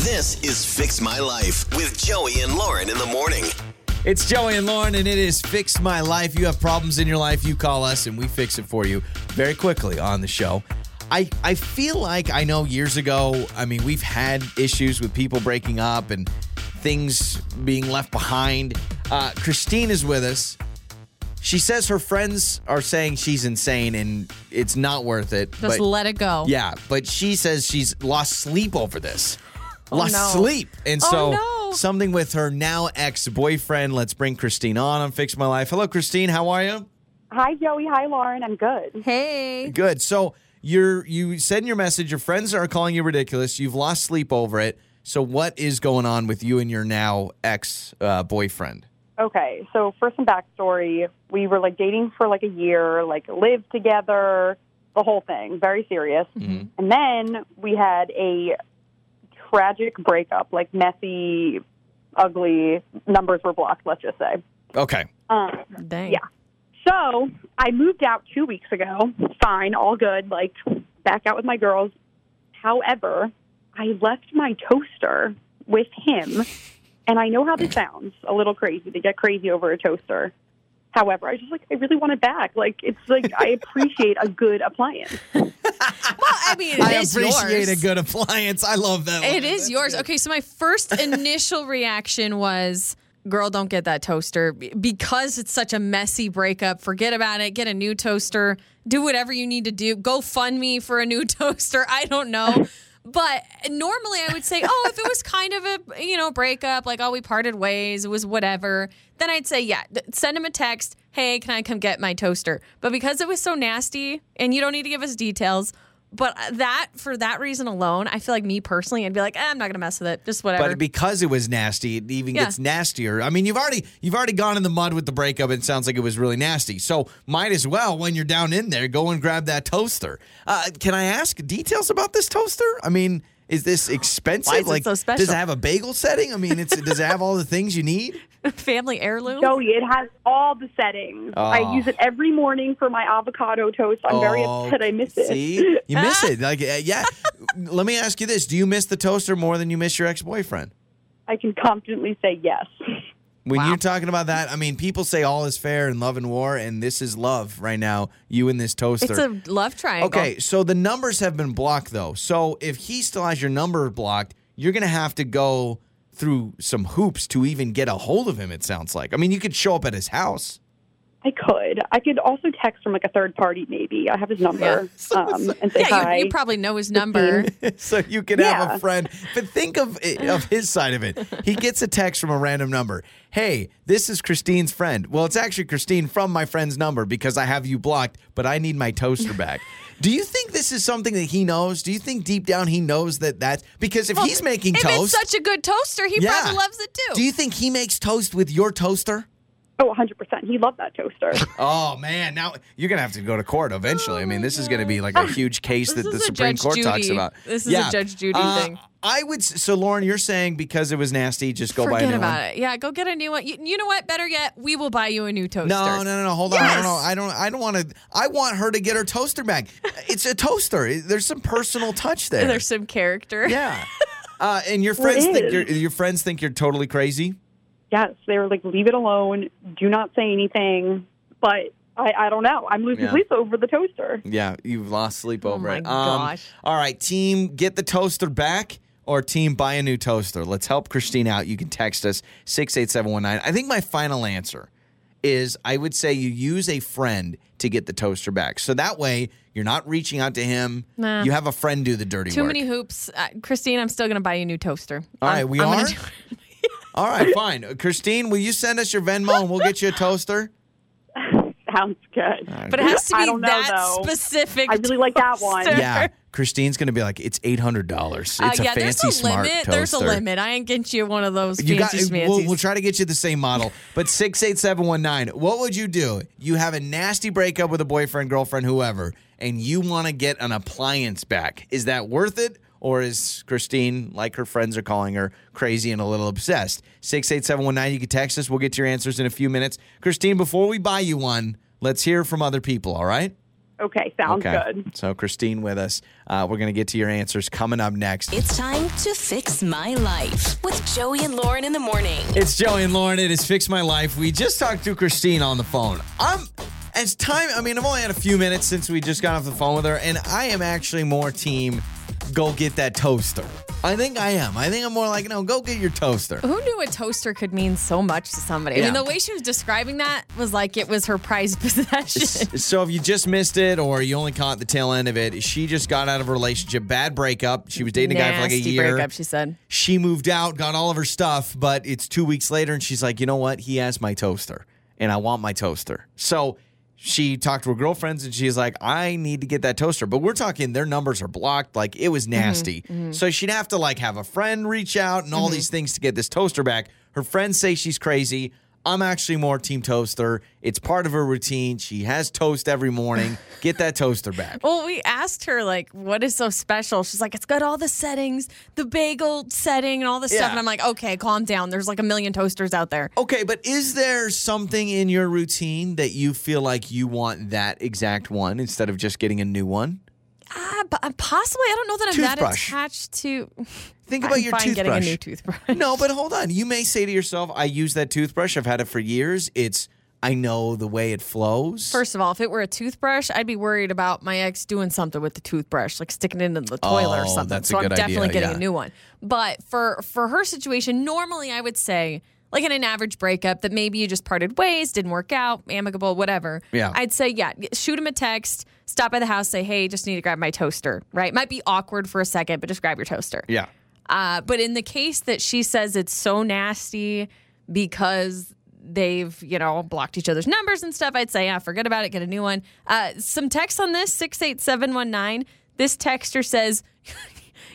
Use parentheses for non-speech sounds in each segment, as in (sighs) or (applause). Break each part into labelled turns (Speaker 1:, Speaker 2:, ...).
Speaker 1: This is Fix My Life with Joey and Lauren in the morning.
Speaker 2: It's Joey and Lauren, and it is Fix My Life. You have problems in your life, you call us, and we fix it for you very quickly on the show. I, I feel like I know years ago, I mean, we've had issues with people breaking up and things being left behind. Uh, Christine is with us. She says her friends are saying she's insane and it's not worth it.
Speaker 3: Just
Speaker 2: but-
Speaker 3: let it go.
Speaker 2: yeah, but she says she's lost sleep over this. lost
Speaker 3: Oh, no.
Speaker 2: sleep. And
Speaker 3: Oh,
Speaker 2: so
Speaker 3: no.
Speaker 2: something with her now ex boyfriend. Let's bring Christine on on Fix My Life. Hello, Christine. How are you?
Speaker 4: Hi, Joey. Hi, Lauren. I'm good.
Speaker 3: Hey.
Speaker 2: Good. So you're you send your message, your friends are calling you ridiculous. You've lost sleep over it. So what is going on with you and your now ex uh, boyfriend?
Speaker 4: Okay, so for some backstory, we were like dating for like a year, like lived together, the whole thing, very serious. And then we had a tragic breakup, like messy, ugly, numbers were blocked, let's just say.
Speaker 2: Okay.
Speaker 4: Um,
Speaker 3: Dang.
Speaker 4: Yeah. so I moved out two weeks ago. Fine, all good, like back out with my girls. However, I left my toaster with him. And I know how this sounds a little crazy to get crazy over a toaster. However, I was just like, I really want it back. Like, it's like, I appreciate a good appliance.
Speaker 3: Well, I mean, it
Speaker 2: I
Speaker 3: is
Speaker 2: appreciate
Speaker 3: yours.
Speaker 2: a good appliance. I love that.
Speaker 3: It is yours. Okay, so my first initial reaction was, girl, don't get that toaster B- because it's such a messy breakup. Forget about it. Get a new toaster. Do whatever you need to do. Go fund me for a new (laughs) toaster. I don't know. But normally I would say, oh, if it was kind of a you know breakup, like oh we parted ways, it was whatever. Then I'd say, yeah, th- send him a text, hey, can I come get my toaster? But because it was so nasty, and you don't need to give us details, but uh, that for that reason alone, I feel like me personally, I'd be like, eh, I'm not gonna mess with it. Just whatever.
Speaker 2: But because it was nasty, it even
Speaker 3: Yeah.
Speaker 2: gets nastier. I mean, you've already you've already gone in the mud with the breakup. And it sounds like it was really nasty. So might as well when you're down in there, go and grab that toaster. Uh, can I ask details about this toaster? I mean, is this expensive?
Speaker 3: (gasps) Why is it
Speaker 2: like,
Speaker 3: so special?
Speaker 2: does it have a bagel setting? I mean, it's does it have all the things you need?
Speaker 3: (laughs) Family heirloom.
Speaker 4: Joey, it has all the settings.
Speaker 2: Oh.
Speaker 4: I use it every morning for my avocado toast. (laughs) I'm very upset I missed it.
Speaker 2: Oh, See, you miss
Speaker 3: (laughs)
Speaker 2: it. Like, uh, yeah. Let me ask you this: Do you miss the toaster more than you miss your ex boyfriend?
Speaker 4: (laughs) I can confidently say yes.
Speaker 2: When you're talking about that, I mean, people say all is fair in love and war, and this is love right now. You and this toaster.
Speaker 3: It's a love triangle.
Speaker 2: okay, so the numbers have been blocked though. So if he still has your number blocked, you're gonna have to go through some hoops to even get a hold of him. It sounds like. I mean, you could show up at his house.
Speaker 4: I could. I could also text from like a third party, maybe. I have his number um, and say
Speaker 3: Yeah,
Speaker 4: hi.
Speaker 3: you, you probably know his number.
Speaker 2: (laughs) so you can have a
Speaker 4: Yeah.
Speaker 2: friend. But think of it- of his side of it. He gets a text from a random number. Hey, this is Christine's friend. Well, it's actually Christine from my friend's number because I have you blocked, but I need my toaster
Speaker 3: (laughs)
Speaker 2: back. Do you think this is something that he knows? Do you think deep down he knows that that's because if he's making
Speaker 3: if
Speaker 2: toast,
Speaker 3: it's such a good toaster, he
Speaker 2: Yeah.
Speaker 3: probably loves it too.
Speaker 2: do you think he makes toast with your toaster?
Speaker 4: oh, 100%. He loved
Speaker 3: (laughs)
Speaker 4: that toaster.
Speaker 2: Oh man, now you're gonna have to go to court eventually. I mean, this is gonna be like
Speaker 3: (laughs)
Speaker 2: a huge case
Speaker 3: This
Speaker 2: that the
Speaker 3: is a
Speaker 2: Supreme
Speaker 3: Judge
Speaker 2: Court talks
Speaker 3: Judy.
Speaker 2: about. Uh,
Speaker 3: This is a Judge Judy thing.
Speaker 2: I would. s- So, Lauren, you're saying because it was nasty, just go buy a
Speaker 3: Forget
Speaker 2: new
Speaker 3: about
Speaker 2: one.
Speaker 3: it. Yeah, go get a new one. You, you know what? Better yet, we will buy you a new toaster.
Speaker 2: No, no, no, no. Hold
Speaker 3: Yes.
Speaker 2: on. I don't know. I don't. I don't want to. I want her to get her toaster
Speaker 3: (laughs)
Speaker 2: back. It's a toaster. There's some personal touch there.
Speaker 3: There's some character.
Speaker 2: yeah. Uh, and your friends think
Speaker 4: is.
Speaker 2: you're, your friends think you're totally crazy.
Speaker 4: yes, they were like, leave it alone. Do not say anything. But I, I don't know. I'm losing
Speaker 2: Yeah.
Speaker 4: sleep over the toaster.
Speaker 2: Yeah, you've lost sleep over
Speaker 3: Oh my
Speaker 2: it. Um,
Speaker 3: gosh.
Speaker 2: All right, team, get the toaster back or team buy a new toaster. Let's help Christine out. You can text us 68719. I think my final answer is I would say you use a friend to get the toaster back. So that way you're not reaching out to him.
Speaker 3: Nah.
Speaker 2: You have a friend do the dirty
Speaker 3: (laughs) Too
Speaker 2: work.
Speaker 3: many hoops. Uh, Christine, I'm still going to buy you a new toaster.
Speaker 2: All right,
Speaker 3: I'm-
Speaker 2: we
Speaker 3: I'm
Speaker 2: are.
Speaker 3: gonna do-
Speaker 2: (laughs) All right, fine. Uh, Christine, will you send us your Venmo and we'll get you a
Speaker 3: (laughs)
Speaker 2: toaster?
Speaker 4: Sounds good.
Speaker 3: (laughs) but it has to
Speaker 4: I
Speaker 3: be
Speaker 4: don't know,
Speaker 3: that
Speaker 4: though.
Speaker 3: specific.
Speaker 4: I really like that one.
Speaker 3: toaster.
Speaker 2: Yeah, Christine's gonna be like, it's eight hundred dollars.
Speaker 3: Uh,
Speaker 2: It's
Speaker 3: yeah,
Speaker 2: a fancy
Speaker 3: there's a
Speaker 2: smart
Speaker 3: limit.
Speaker 2: toaster.
Speaker 3: There's a limit. I ain't getting you one of those
Speaker 2: You got.
Speaker 3: fancy
Speaker 2: We'll,
Speaker 3: schmancies.
Speaker 2: we'll try to get you the same model. But six eight seven one nine. What would you do? You have a nasty breakup with a boyfriend, girlfriend, whoever, and you want to get an appliance back. Is that worth it? Or is Christine, like her friends are calling her, crazy and a little obsessed? 68719, you can text us. We'll get your answers in a few minutes. Christine, before we buy you one, let's hear from other people, all right?
Speaker 4: Okay, sounds good.
Speaker 2: So, Christine with us. Uh, we're going to get to your answers coming up next.
Speaker 5: It's time to fix my life with Joey and Lauren in the morning.
Speaker 2: It's Joey and Lauren. It is Fix My Life. We just talked to Christine on the phone. I'm as time I mean, I've only had a few minutes since we just got off the phone with her, and I am actually more team go get that toaster. I think I am. I think I'm more like, no, go get your
Speaker 3: (laughs)
Speaker 2: toaster.
Speaker 3: Who knew a toaster could mean so much to somebody? I
Speaker 2: Yeah.
Speaker 3: mean, the way she was describing that was like it was her prized (laughs) possession.
Speaker 2: So if you just missed it or you only caught the tail end of it, she just got out of a relationship, bad breakup. She was dating a guy for like a
Speaker 3: Nasty
Speaker 2: year.
Speaker 3: breakup, she said.
Speaker 2: she moved out, got all of her stuff, but it's two weeks later and she's like, you know what? He has my toaster and I want my toaster. So she talked to her girlfriends and she's like, I need to get that toaster. But we're talking their numbers are blocked. Like it was nasty. So she'd have to like have a friend reach out and all these things to get this toaster back. Her friends say she's crazy. I'm actually more team toaster. It's part of her routine. She has toast every morning. Get that toaster back.
Speaker 3: Well, we asked her like, "What is so special?" She's like, "It's got all the settings, the bagel setting, and all this
Speaker 2: Yeah.
Speaker 3: stuff." And I'm like, "Okay, calm down. There's like a million toasters out there."
Speaker 2: Okay, but is there something in your routine that you feel like you want that exact one instead of just getting a new one?
Speaker 3: Ah, but uh, possibly. I don't know that I'm that
Speaker 2: Toothbrush.
Speaker 3: attached to.
Speaker 2: Think about
Speaker 3: I'm
Speaker 2: your
Speaker 3: fine
Speaker 2: toothbrush.
Speaker 3: getting a new toothbrush.
Speaker 2: no, but hold on. You may say to yourself, I use that toothbrush. I've had it for years. It's I know the way it flows.
Speaker 3: First of all, if it were a toothbrush, I'd be worried about my ex doing something with the toothbrush, like sticking it into the toilet or
Speaker 2: Oh,
Speaker 3: something.
Speaker 2: that's a
Speaker 3: so
Speaker 2: good
Speaker 3: I'm definitely
Speaker 2: idea,
Speaker 3: getting
Speaker 2: yeah.
Speaker 3: a new one. But for for her situation, normally I would say, like in an average breakup, that maybe you just parted ways, didn't work out, amicable, whatever.
Speaker 2: Yeah.
Speaker 3: I'd say, yeah, shoot him a text, stop by the house, say, hey, just need to grab my toaster. Right? Might be awkward for a second, but just grab your toaster.
Speaker 2: yeah.
Speaker 3: Uh, but in the case that she says it's so nasty because they've, you know, blocked each other's numbers and stuff, I'd say, yeah, forget about it, get a new one. Uh, some text on this 68719. This texter says, (laughs)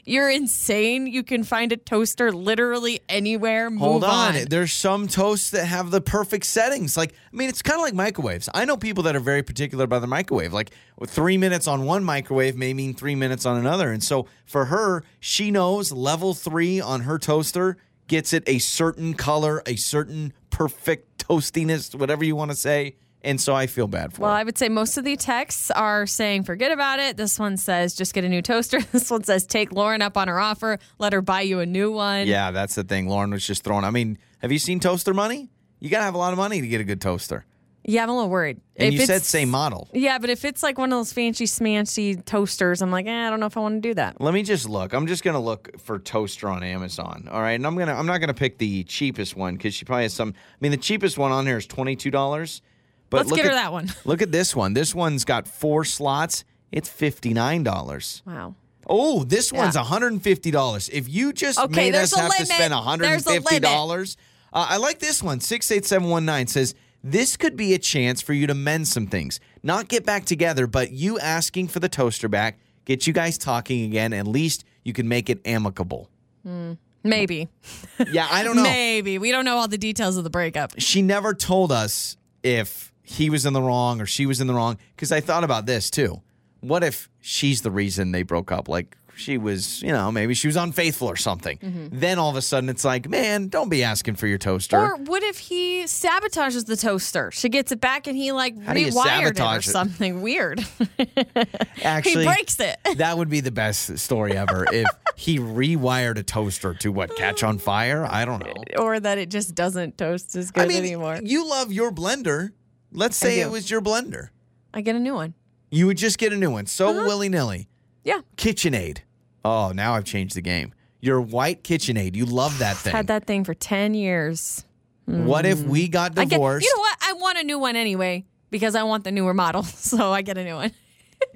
Speaker 3: You're insane. You can find a toaster literally anywhere. Move
Speaker 2: Hold on.
Speaker 3: on.
Speaker 2: There's some toasts that have the perfect settings. Like, I mean, it's kind of like microwaves. I know people that are very particular about the microwave. Like, three minutes on one microwave may mean three minutes on another. And so for her, she knows level three on her toaster gets it a certain color, a certain perfect toastiness, whatever you want to say. And so I feel bad for
Speaker 3: Well,
Speaker 2: her.
Speaker 3: I would say most of the texts are saying forget about it. This one says just get a new toaster. (laughs) This one says take Lauren up on her offer, let her buy you a new one.
Speaker 2: yeah, that's the thing. Lauren was just throwing. I mean, have you seen toaster money? You got to have a lot of money to get a good toaster.
Speaker 3: Yeah, I'm a little worried.
Speaker 2: And
Speaker 3: If
Speaker 2: you said
Speaker 3: it's-
Speaker 2: same model.
Speaker 3: Yeah, but if it's like one of those fancy smancy toasters, I'm like, eh, I don't know if I want to do that.
Speaker 2: Let me just look. I'm just gonna look for toaster on Amazon. All right, and I'm gonna I'm not gonna pick the cheapest one because she probably has some. I mean, the cheapest one on here is twenty two dollars. But
Speaker 3: Let's
Speaker 2: look
Speaker 3: get her
Speaker 2: at-
Speaker 3: that one.
Speaker 2: Look at this one. This one's got four slots. It's fifty nine dollars.
Speaker 3: Wow.
Speaker 2: Oh, this one's
Speaker 3: Yeah.
Speaker 2: one hundred and fifty dollars. If you just
Speaker 3: Okay,
Speaker 2: made us
Speaker 3: there's a
Speaker 2: have to
Speaker 3: limit.
Speaker 2: spend one hundred and
Speaker 3: There's a
Speaker 2: fifty
Speaker 3: limit.
Speaker 2: dollars, uh, I like this one. Six eight seven one nine says this could be a chance for you to mend some things, not get back together, but you asking for the toaster back, get you guys talking again. At least you can make it amicable.
Speaker 3: Maybe.
Speaker 2: Yeah, I
Speaker 3: (laughs)
Speaker 2: don't know.
Speaker 3: Maybe. We don't know all the details of the breakup.
Speaker 2: she never told us if he was in the wrong or she was in the wrong because I thought about this too. What if she's the reason they broke up? Like she was, you know, maybe she was unfaithful or something.
Speaker 3: Mm-hmm.
Speaker 2: Then all of a sudden it's like, man, don't be asking for your toaster.
Speaker 3: Or what if he sabotages the toaster? She gets it back and he like
Speaker 2: How do you
Speaker 3: rewired it or
Speaker 2: sabotage it?
Speaker 3: something weird. (laughs)
Speaker 2: Actually,
Speaker 3: he breaks it. (laughs)
Speaker 2: that would be the best story ever if he rewired a toaster to what catch on fire. I don't know.
Speaker 3: Or that it just doesn't toast as good
Speaker 2: I mean,
Speaker 3: anymore.
Speaker 2: you love your blender. Let's say
Speaker 3: do.
Speaker 2: it was your blender.
Speaker 3: I get a new one.
Speaker 2: You would just get a new one. So willy nilly.
Speaker 3: Mm-hmm. Yeah.
Speaker 2: KitchenAid. Oh, now I've changed the game. Your white KitchenAid. You love
Speaker 3: (sighs)
Speaker 2: that thing.
Speaker 3: Had that thing for 10 years.
Speaker 2: What if we got
Speaker 3: I get, you
Speaker 2: divorced?
Speaker 3: know what? I want a new one anyway because I want the newer model. (laughs) So I get a new one.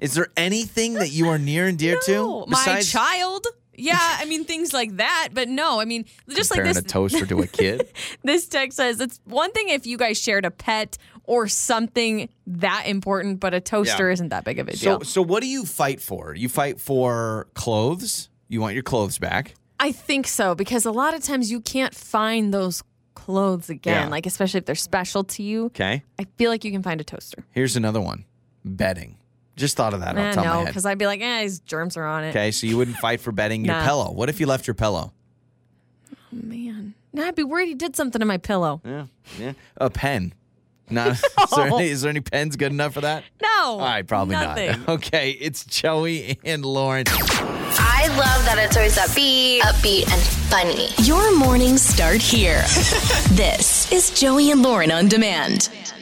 Speaker 2: Is there anything that you are near and dear
Speaker 3: No,
Speaker 2: to?
Speaker 3: my child. Yeah, I mean things like that, but no, I mean just like
Speaker 2: comparing
Speaker 3: this.
Speaker 2: a toaster to a kid.
Speaker 3: (laughs) this text says it's one thing if you guys shared a pet or something that important, but a toaster
Speaker 2: Yeah.
Speaker 3: isn't that big of a
Speaker 2: so,
Speaker 3: deal.
Speaker 2: so what do you fight for? You fight for clothes. You want your clothes back.
Speaker 3: I think so because a lot of times you can't find those clothes again,
Speaker 2: Yeah.
Speaker 3: like especially if they're special to you.
Speaker 2: Okay.
Speaker 3: I feel like you can find a toaster.
Speaker 2: Here's another one. Betting. Just thought of that off
Speaker 3: Eh,
Speaker 2: the top of
Speaker 3: no,
Speaker 2: my head.
Speaker 3: because I'd be like, eh, these germs are on it.
Speaker 2: Okay, so you wouldn't fight for betting your
Speaker 3: Nah.
Speaker 2: pillow. What if you left your pillow? Eh.
Speaker 3: Man, now I'd be worried he did something to my pillow.
Speaker 2: Yeah, yeah. A pen.
Speaker 3: (laughs)
Speaker 2: Not, is, there any, is there any pens good enough for that?
Speaker 3: No.
Speaker 2: All right, probably
Speaker 3: nothing.
Speaker 2: not. (laughs) Okay, it's Joey and Lauren.
Speaker 6: I love that it's always upbeat, upbeat and funny.
Speaker 5: (laughs) Your mornings start here. this is Joey and Lauren on demand.